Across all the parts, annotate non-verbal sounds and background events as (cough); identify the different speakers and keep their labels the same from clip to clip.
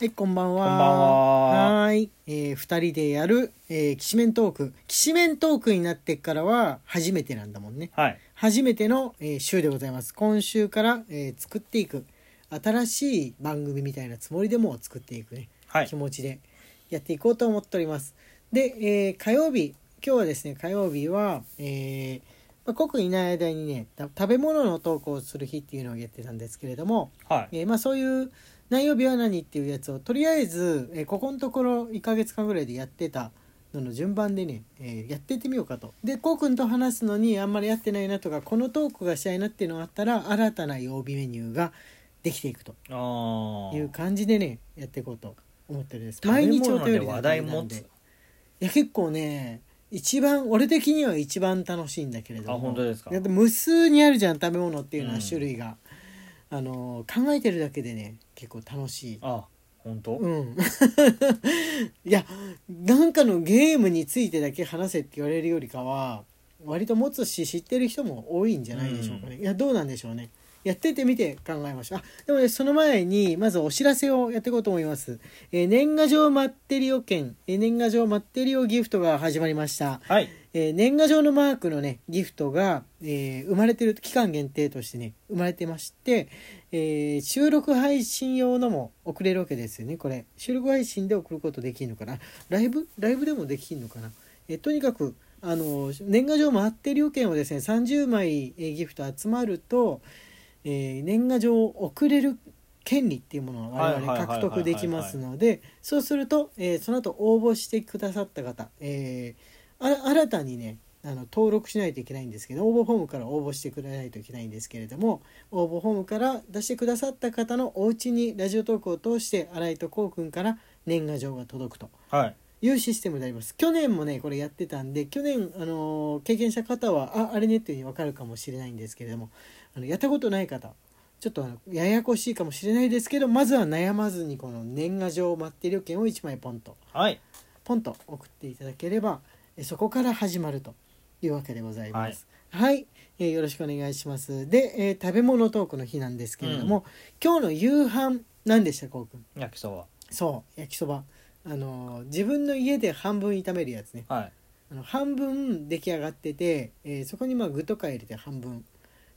Speaker 1: はい、こんばんは。
Speaker 2: こんばんは
Speaker 1: はーい、えー二人でやる、えー、きしめんトーク。きしめんトークになってからは、初めてなんだもんね。
Speaker 2: はい。
Speaker 1: 初めての、えー週でございます。今週から、えー作っていく、新しい番組みたいなつもりでもう作っていくね、
Speaker 2: はい
Speaker 1: 気。持ちでやっていこうと思っております。で、えー火曜日、今日はですね、火曜日は、えーまあ、国いない間にねた食べ物の投稿をする日っていうのをやってたんですけれども、
Speaker 2: はい。
Speaker 1: えーまあ、そういう何曜日は何っていうやつをとりあえず、えーここのところ1ヶ月間ぐらいでやってたのの順番でね、えーやってってみようかと。でこうくんと話すのにあんまりやってないなとかこのトークがしたいなっていうのがあったら新たな曜日メニューができていくと
Speaker 2: ああ。
Speaker 1: いう感じでねやっていこうと思ってるんです。
Speaker 2: 食べ物
Speaker 1: 毎
Speaker 2: で
Speaker 1: 日お便り
Speaker 2: 話題持つ
Speaker 1: なんでいや結構ね一番俺的には一番楽しいんだけれども
Speaker 2: あ本当ですか
Speaker 1: だって無数にあるじゃん食べ物っていうの
Speaker 2: う
Speaker 1: は
Speaker 2: ん
Speaker 1: 種類が、あの考えてるだけでね結構楽しい
Speaker 2: あ、本当、
Speaker 1: うん (laughs) いやなんかのゲームについてだけ話せって言われるよりかは割と持つし知ってる人も多いんじゃないでしょうかね、いやどうなんでしょうねやっててみて考えましょうあでもねその前にまずお知らせをやっていこうと思います、えー年賀状マッテリオ券、えー年賀状マッテリオギフトが始まりました
Speaker 2: はい。
Speaker 1: えー年賀状のマークのねギフトが、えー生まれてる期間限定としてね生まれてまして、えー収録配信用のも送れるわけですよねこれ収録配信で送ることできるのかなライブライブでもできるのかな、えーとにかくあの年賀状回ってる料券をですね30枚、えーギフト集まると、えー年賀状を送れる権利っていうものを我々獲得できますのでそうすると、えーその後応募してくださった方、えーあら新たにねあの登録しないといけないんですけど応募フォームから応募してくれないといけないんですけれども応募フォームから出してくださった方のお家にラジオトークを通して新井とこうくんから年賀状が届くと
Speaker 2: はい。
Speaker 1: いうシステムであります去年もねこれやってたんで去年、あのー経験した方はああれねっていうふうに分かるかもしれないんですけれどもあのやったことない方ちょっとあのややこしいかもしれないですけどまずは悩まずにこの年賀状待って料券を1枚ポンと
Speaker 2: はい。
Speaker 1: ポンと送っていただければえそこから始まるというわけでございます。はい、えーよろしくお願いします。で、えー食べ物トークの日なんですけれども、今日の夕飯何でしたこうくん
Speaker 2: 焼きそ
Speaker 1: そう焼きそばあのー自分の家で半分炒めるやつね
Speaker 2: ば。はい。
Speaker 1: あの半分出来上がってて、えーそこにまあ具とか入れて半分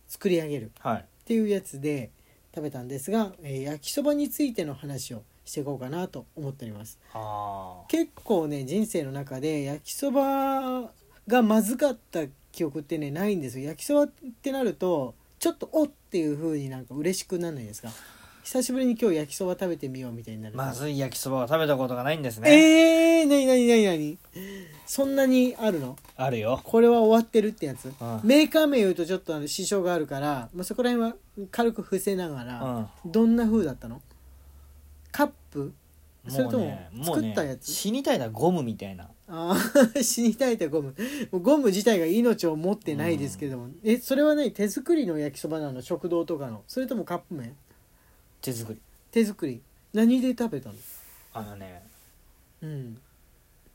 Speaker 1: 作り上げる
Speaker 2: はい。
Speaker 1: っていうやつで食べたんですが、えー焼きそばについての話をしていこうかなと思っております。
Speaker 2: あ
Speaker 1: 結構ね人生の中で焼きそばがまずかった記憶ってねないんですよ焼きそばってなるとちょっとおっていう風になんか嬉しくなんないですか久しぶりに今日焼きそば食べてみようみたいにな
Speaker 2: あ。
Speaker 1: る
Speaker 2: まずい焼きそばは食べたことがないんですね。
Speaker 1: ええー、なになになになにそんなにあるの
Speaker 2: あるよ。
Speaker 1: これは終わってるってやつ
Speaker 2: うん
Speaker 1: メーカー名言うとちょっとあの支障があるから、まあ、そこら辺は軽く伏せなが
Speaker 2: うん。
Speaker 1: ら、
Speaker 2: も
Speaker 1: どんな風だったのカップ
Speaker 2: う
Speaker 1: それとも
Speaker 2: ね
Speaker 1: 作ったや
Speaker 2: もうね
Speaker 1: つ
Speaker 2: 死にたいなゴムみたいな。
Speaker 1: あー (laughs) 死にたいってゴムもうゴム自体が命を持ってないですけども、えそれはね手作りの焼きそばなの食堂とかのそれともカップ麺
Speaker 2: 手作り。
Speaker 1: 手作り何で食べたの
Speaker 2: あのね、
Speaker 1: うん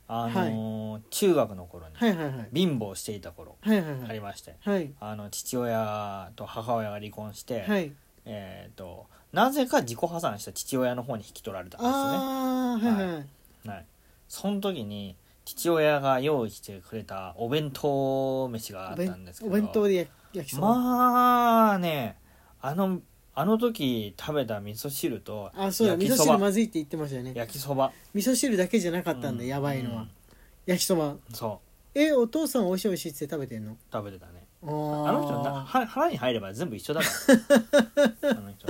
Speaker 2: あのー中学の頃に
Speaker 1: はいはいはい
Speaker 2: 貧乏していた頃
Speaker 1: はいはい
Speaker 2: あ
Speaker 1: は
Speaker 2: り
Speaker 1: い
Speaker 2: まして、
Speaker 1: はい
Speaker 2: あの父親と母親が離婚して、
Speaker 1: はい
Speaker 2: えっ、と、なぜか自己破産した父親の方に引き取られたんですよね。
Speaker 1: ああーはいはい
Speaker 2: はい、その時に父親が用意してくれたお弁当飯があ
Speaker 1: お
Speaker 2: ったん
Speaker 1: 弁
Speaker 2: ですけ
Speaker 1: お
Speaker 2: ど
Speaker 1: 弁当で焼焼きそば、
Speaker 2: まあねあのあの時食べた味噌汁と
Speaker 1: あそうだ
Speaker 2: 焼
Speaker 1: 味
Speaker 2: き
Speaker 1: 噌
Speaker 2: そ
Speaker 1: 汁
Speaker 2: ば
Speaker 1: まずいって言ってましたよね
Speaker 2: 焼きそば
Speaker 1: 味噌汁だけじゃなかったんだ、
Speaker 2: う
Speaker 1: やばいのは、
Speaker 2: うん
Speaker 1: 焼きそば
Speaker 2: そう
Speaker 1: えお父さんおいしいおいしいって食べてんの
Speaker 2: 食べてたね
Speaker 1: あ
Speaker 2: あの人な
Speaker 1: の
Speaker 2: は腹に入れば全部一緒だから
Speaker 1: (laughs)
Speaker 2: あの人、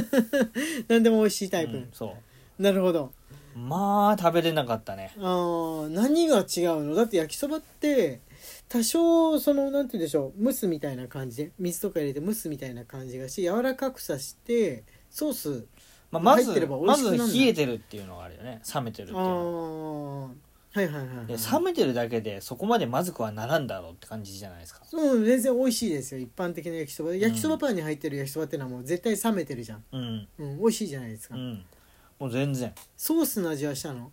Speaker 1: 人何でもおいしいタイプ、
Speaker 2: うんそ
Speaker 1: なるほど
Speaker 2: うまあ食べれなかったね
Speaker 1: あー何が違うのだって焼きそばって多少そのなんて言うんでしょう蒸すみたいな感じで水とか入れて蒸すみたいな感じがし柔らかくさしてソース
Speaker 2: まあ、ま
Speaker 1: 入ってれ
Speaker 2: ず
Speaker 1: ば美
Speaker 2: ま
Speaker 1: 味しく
Speaker 2: ず
Speaker 1: なるんだ
Speaker 2: 冷えてるっていうのがあるよね冷めてるって
Speaker 1: あ
Speaker 2: いうの
Speaker 1: ーはいはいはい、はい、
Speaker 2: で冷めてるだけでそこまでまずくはならんだろうって感じじゃないですか
Speaker 1: うん全然美味しいですよ一般的な焼きそばで
Speaker 2: ん
Speaker 1: 焼きそばパンに入ってる焼きそばってのはもう絶対冷めてるじゃん、
Speaker 2: うん
Speaker 1: うん、美味しいじゃないですか、
Speaker 2: うんもう全然
Speaker 1: ソースの味はしたの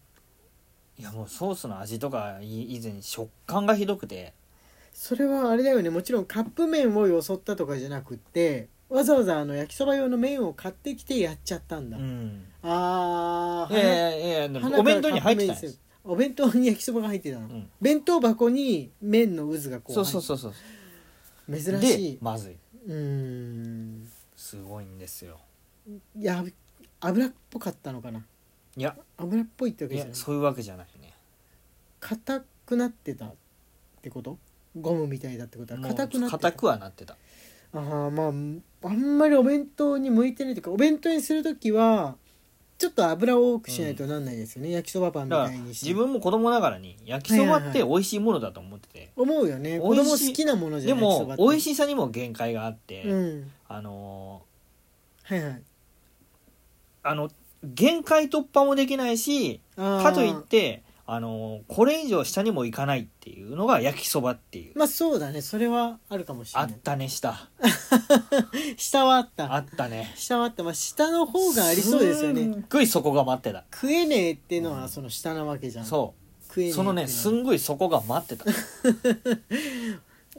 Speaker 2: いやもうソースの味とかい以前に食感がひどくて
Speaker 1: それはあれだよねもちろんカップ麺をよそったとかじゃなくってわざわざあの焼きそば用の麺を買ってきてやっちゃったんだ、
Speaker 2: うん
Speaker 1: あ
Speaker 2: い
Speaker 1: あ、
Speaker 2: やいやいや
Speaker 1: 花から
Speaker 2: お弁当に入ってたんで
Speaker 1: カップ麺です
Speaker 2: す
Speaker 1: よお弁当に焼きそばが入ってたの、
Speaker 2: うん
Speaker 1: 弁当箱に麺の渦がこう
Speaker 2: そうそうそうそう
Speaker 1: 入って珍し
Speaker 2: で
Speaker 1: い、
Speaker 2: まずいう
Speaker 1: ーん
Speaker 2: すごいんですよ
Speaker 1: いや油っぽかったのかない
Speaker 2: や
Speaker 1: 油っぽいってわけ
Speaker 2: い
Speaker 1: じゃ
Speaker 2: や
Speaker 1: ない
Speaker 2: そういうわけじゃないね
Speaker 1: 硬くなってたってことゴムみたいだってことは
Speaker 2: もう
Speaker 1: 硬くなってた
Speaker 2: 硬くはなってた
Speaker 1: ああまああんまりお弁当に向いてないというかお弁当にする時はちょっと油を多くしないとなんないですよね、焼きそばパンみ
Speaker 2: だから
Speaker 1: たいにして
Speaker 2: 自分も子供ながらに焼きそばって美味しいものだと思ってて、
Speaker 1: 思うよね
Speaker 2: 美
Speaker 1: 子
Speaker 2: 味
Speaker 1: 供
Speaker 2: しい
Speaker 1: 好きなものじ
Speaker 2: で
Speaker 1: ゃない
Speaker 2: も美味
Speaker 1: い、
Speaker 2: しさにも限界があって、
Speaker 1: うん、
Speaker 2: あの
Speaker 1: はいはい
Speaker 2: ーあの限界突破もできないし
Speaker 1: あー
Speaker 2: かといってあのーこれ以上下にもいかないっていうのが焼きそばっていう、
Speaker 1: まあそうだねそれはあるかもし
Speaker 2: あ
Speaker 1: れ
Speaker 2: っ
Speaker 1: ない
Speaker 2: たね下
Speaker 1: 下はあっ
Speaker 2: あ
Speaker 1: た
Speaker 2: ったね
Speaker 1: 下はあったまあ下の方がありそうですよね
Speaker 2: すっごい底が待ってた
Speaker 1: 食えねえっていうの
Speaker 2: うん
Speaker 1: はその下なわけじゃん
Speaker 2: そ
Speaker 1: 食えね
Speaker 2: う
Speaker 1: えってい
Speaker 2: そうの
Speaker 1: は
Speaker 2: ねすんごい底が待ってた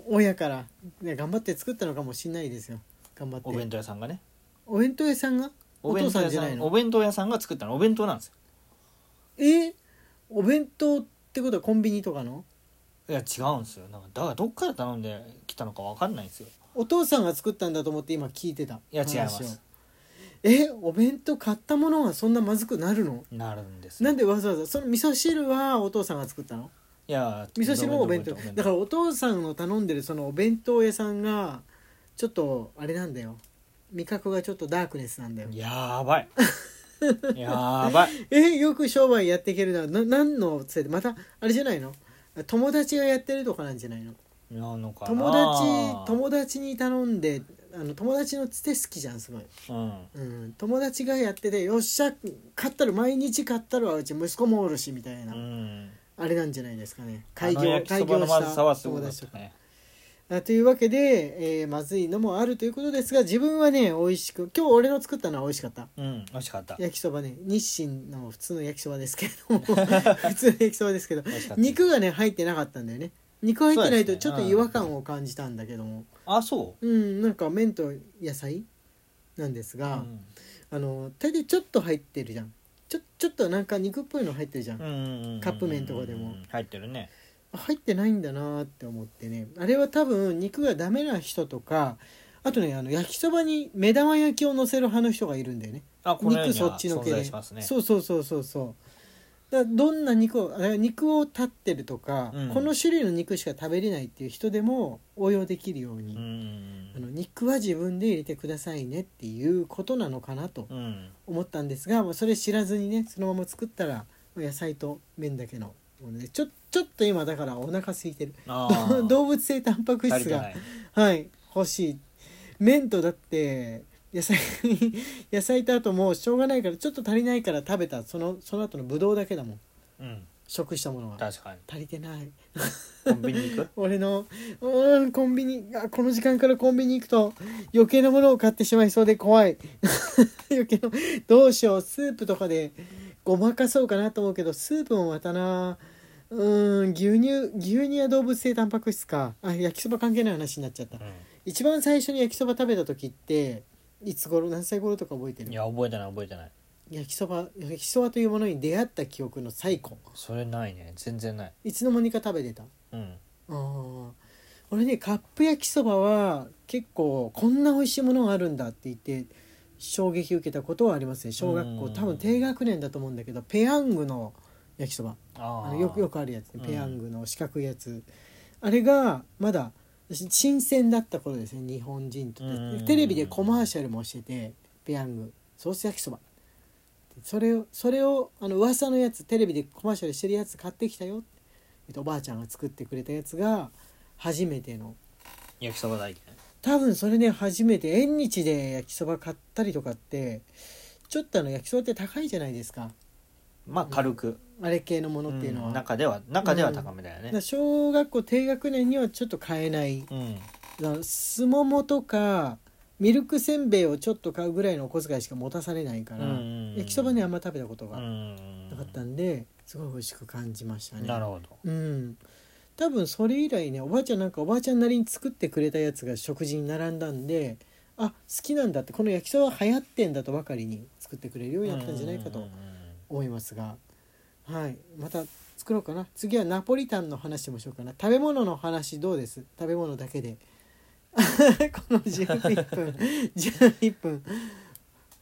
Speaker 1: 親から、ね、頑張って作ったのかもしれないですよ頑張って
Speaker 2: お弁当屋さんがね
Speaker 1: お弁当屋さんが
Speaker 2: お
Speaker 1: (laughs) お
Speaker 2: 弁当
Speaker 1: 父さん
Speaker 2: 屋
Speaker 1: じゃ
Speaker 2: さ
Speaker 1: ない
Speaker 2: んお
Speaker 1: の
Speaker 2: 弁当屋さんが作ったのお弁当なんですよ
Speaker 1: えーお弁当ってことはコンビニとかの
Speaker 2: いや違うんですよなんかだからどっから頼んできたのかわかんないんですよ
Speaker 1: お父さんが作ったんだと思って今聞いてた
Speaker 2: いや違います
Speaker 1: 話をえお弁当買ったものがそんなまずくなるの
Speaker 2: なるんですよ
Speaker 1: なんでわざわざその味噌汁はお父さんが作ったの
Speaker 2: いや
Speaker 1: 味噌汁もお弁当だからお父さんの頼んでるそのお弁当屋さんがちょっとあれなんだよ味覚がちょっとダークネスなんだよ
Speaker 2: やば
Speaker 1: (laughs)
Speaker 2: いやばい
Speaker 1: えよく商売やっていけるなな何のせいでまたあれじゃないの友達がやってるとかなんじゃないの
Speaker 2: なのかな
Speaker 1: 友達友達に頼んであの友達のつて好きじゃんすごい、
Speaker 2: うん
Speaker 1: うん、友達がやっててよっしゃ買ったる毎日買ったるはうち息子もおるしみたいな、
Speaker 2: うん
Speaker 1: あれなんじゃないですかね
Speaker 2: あ
Speaker 1: 開
Speaker 2: の
Speaker 1: 業
Speaker 2: 焼きそ
Speaker 1: 開
Speaker 2: ば
Speaker 1: 業
Speaker 2: の
Speaker 1: し
Speaker 2: まずさ
Speaker 1: た
Speaker 2: はすご
Speaker 1: 友
Speaker 2: かっ
Speaker 1: 達とか
Speaker 2: たね
Speaker 1: あというわけで、えーまずいのもあるということですが自分はね美味しく今日俺の作ったのは美味しかった
Speaker 2: うん美味しかった
Speaker 1: 焼きそばね日清の普通の焼きそばですけれども (laughs) 普通の焼きそばですけど
Speaker 2: 美味しかった
Speaker 1: 肉がね入ってなかったんだよね肉入ってないとちょっ
Speaker 2: そうですね
Speaker 1: と違和感を感じたんだけども
Speaker 2: あそ
Speaker 1: うん、なんか麺と野菜なんです
Speaker 2: うう
Speaker 1: が、
Speaker 2: ん
Speaker 1: あの大体ちょっと入ってるじゃんちょちょっとなんか肉っぽいの入ってるじゃん、
Speaker 2: うんうんうん
Speaker 1: カップ麺とかでも
Speaker 2: 入ってるね
Speaker 1: 入ってないんだなって思ってねあれは多分肉がダメな人とかあとねあの焼きそばに目玉焼きを乗せる派の人がいるんだよね
Speaker 2: あこのよう
Speaker 1: 肉
Speaker 2: に
Speaker 1: そっちの
Speaker 2: 存
Speaker 1: けで、
Speaker 2: 在しますね
Speaker 1: そうそうそうそうそうだからどんな肉をあ肉を立ってるとか、
Speaker 2: うん
Speaker 1: この種類の肉しか食べれないっていう人でも応用できるように、
Speaker 2: うん
Speaker 1: あの肉は自分で入れてくださいねっていうことなのかなと
Speaker 2: うんうん
Speaker 1: 思ったんですが、まあ、それ知らずにねそのまま作ったらまあ野菜と麺だけのものでちょちょっと今だからお腹空いてる
Speaker 2: あー
Speaker 1: (laughs) 動物性タンパク
Speaker 2: 足り
Speaker 1: 質
Speaker 2: て
Speaker 1: が
Speaker 2: ない
Speaker 1: はい欲しい麺とだって野菜 (laughs) 野菜とあともうしょうがないからちょっと足りないから食べたそのその後のブドウだけだもん
Speaker 2: うん
Speaker 1: 食したものは
Speaker 2: 確かに
Speaker 1: 足りてない
Speaker 2: コンビニ行く
Speaker 1: 俺のうーんコンビニあこの時間からコンビニ行くと余計なものを買ってしまいそうで怖い (laughs) 余計などうしようスープとかでごまかそうかなと思うけどスープもまたなうーん牛乳牛乳は動物性タンパク質かあ焼きそば関係ない話になっちゃった
Speaker 2: う
Speaker 1: 一番最初に焼きそば食べた時っていつ頃何歳頃とか覚えて
Speaker 2: ん
Speaker 1: る
Speaker 2: いや覚えてない覚えてない
Speaker 1: 焼きそば焼きそばというものに出会った記憶の最古
Speaker 2: それないね全然ない
Speaker 1: いつの間にか食べてたあ
Speaker 2: うん
Speaker 1: あ俺ねカップ焼きそばは結構こんな美味しいものがあるんだって言って衝撃受けたことはありますね小学校
Speaker 2: うん
Speaker 1: 多分低学年だと思うんだけどペヤングの焼きそば
Speaker 2: あ
Speaker 1: あ
Speaker 2: あ
Speaker 1: のよくよくあるやつね
Speaker 2: うん
Speaker 1: ペヤングの四角いやつ、あれがまだし新鮮だった頃ですね日本人とって、
Speaker 2: うん
Speaker 1: テレビでコマーシャルもしててペヤングソース焼きそばそれをそれをあの噂のやつテレビでコマーシャルしてるやつ買ってきたよって、えっと、おばあちゃんが作ってくれたやつが初めての
Speaker 2: 焼きそば大嫌い
Speaker 1: 多分それね初めて縁日で焼きそば買ったりとかってちょっとあの焼きそばって高いじゃないですか
Speaker 2: まあ軽く、
Speaker 1: あれ系のものっていうのは、
Speaker 2: うん中では中では高めだよ
Speaker 1: だから
Speaker 2: ね
Speaker 1: 小学校低学年にはちょっと買えない
Speaker 2: うん、
Speaker 1: だからすももとかミルクせんべいをちょっと買うぐらいのお小遣いしか持たされないから、
Speaker 2: うん
Speaker 1: 焼きそばにあんま食べたこと
Speaker 2: う
Speaker 1: がなんかったんで、すごい美味しく感じましたね
Speaker 2: なるほど
Speaker 1: うん多分それ以来ねおばあちゃんなんかおばあちゃんなりに作ってくれたやつが食事に並んだんであ好きなんだってこの焼きそば流行ってんだとばかりに作ってくれるようになったんじゃないか
Speaker 2: うん
Speaker 1: と
Speaker 2: うん
Speaker 1: 思いますが、はい、また作ろうかな次はナポリタンの話もしようかな食べ物の話どうです食べ物だけで (laughs) この11分
Speaker 2: (laughs)
Speaker 1: 11分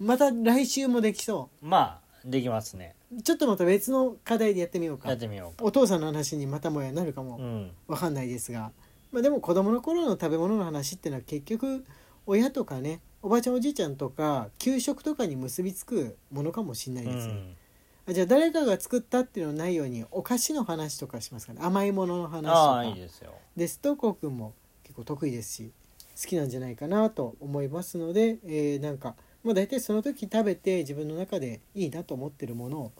Speaker 1: また来週もできそ
Speaker 2: うんまあできますね
Speaker 1: うちょっとまた別の課題でやってみよう
Speaker 2: や
Speaker 1: か
Speaker 2: ってみようか
Speaker 1: お父さんの話にまたもやなるかも
Speaker 2: うん
Speaker 1: わかんないですが、まあ、でも子供の頃の食べ物の話ってのは結局親とかねおばあちゃんおじいちゃんとか給食とかに結びつくものかもしれないうですね、
Speaker 2: ん
Speaker 1: あじゃあ誰かが作ったっていうのはないようにお菓子の話とかしますかね甘いものの話と
Speaker 2: あ
Speaker 1: か
Speaker 2: あいいですよ
Speaker 1: ですとこうくんも結構得意ですし好きなんじゃないかなと思いますので、えーなんか、まあ、大体その時食べて自分の中でいいなと思ってるものを、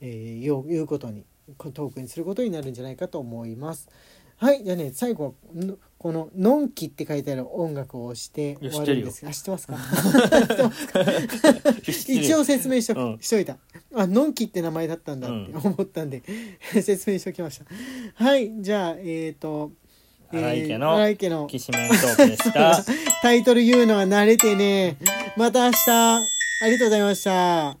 Speaker 1: えー言おう言うことにこトークにすることになるんじゃないかと思います。はいじゃあね最後のこの「のんき」って書いてある音楽を押して
Speaker 2: いや
Speaker 1: 終わるんですがあ知ってますか知ってますか (laughs) 一応説明しと,、
Speaker 2: うん
Speaker 1: しといたあのんきって名前だったんだって思ったんで、 (laughs) 説明しときましたはいじゃあえっ、とえー
Speaker 2: 荒井家の
Speaker 1: 荒井家の
Speaker 2: きしめんトークでした
Speaker 1: タイトル言うのは慣れてねまた明日ありがとうございました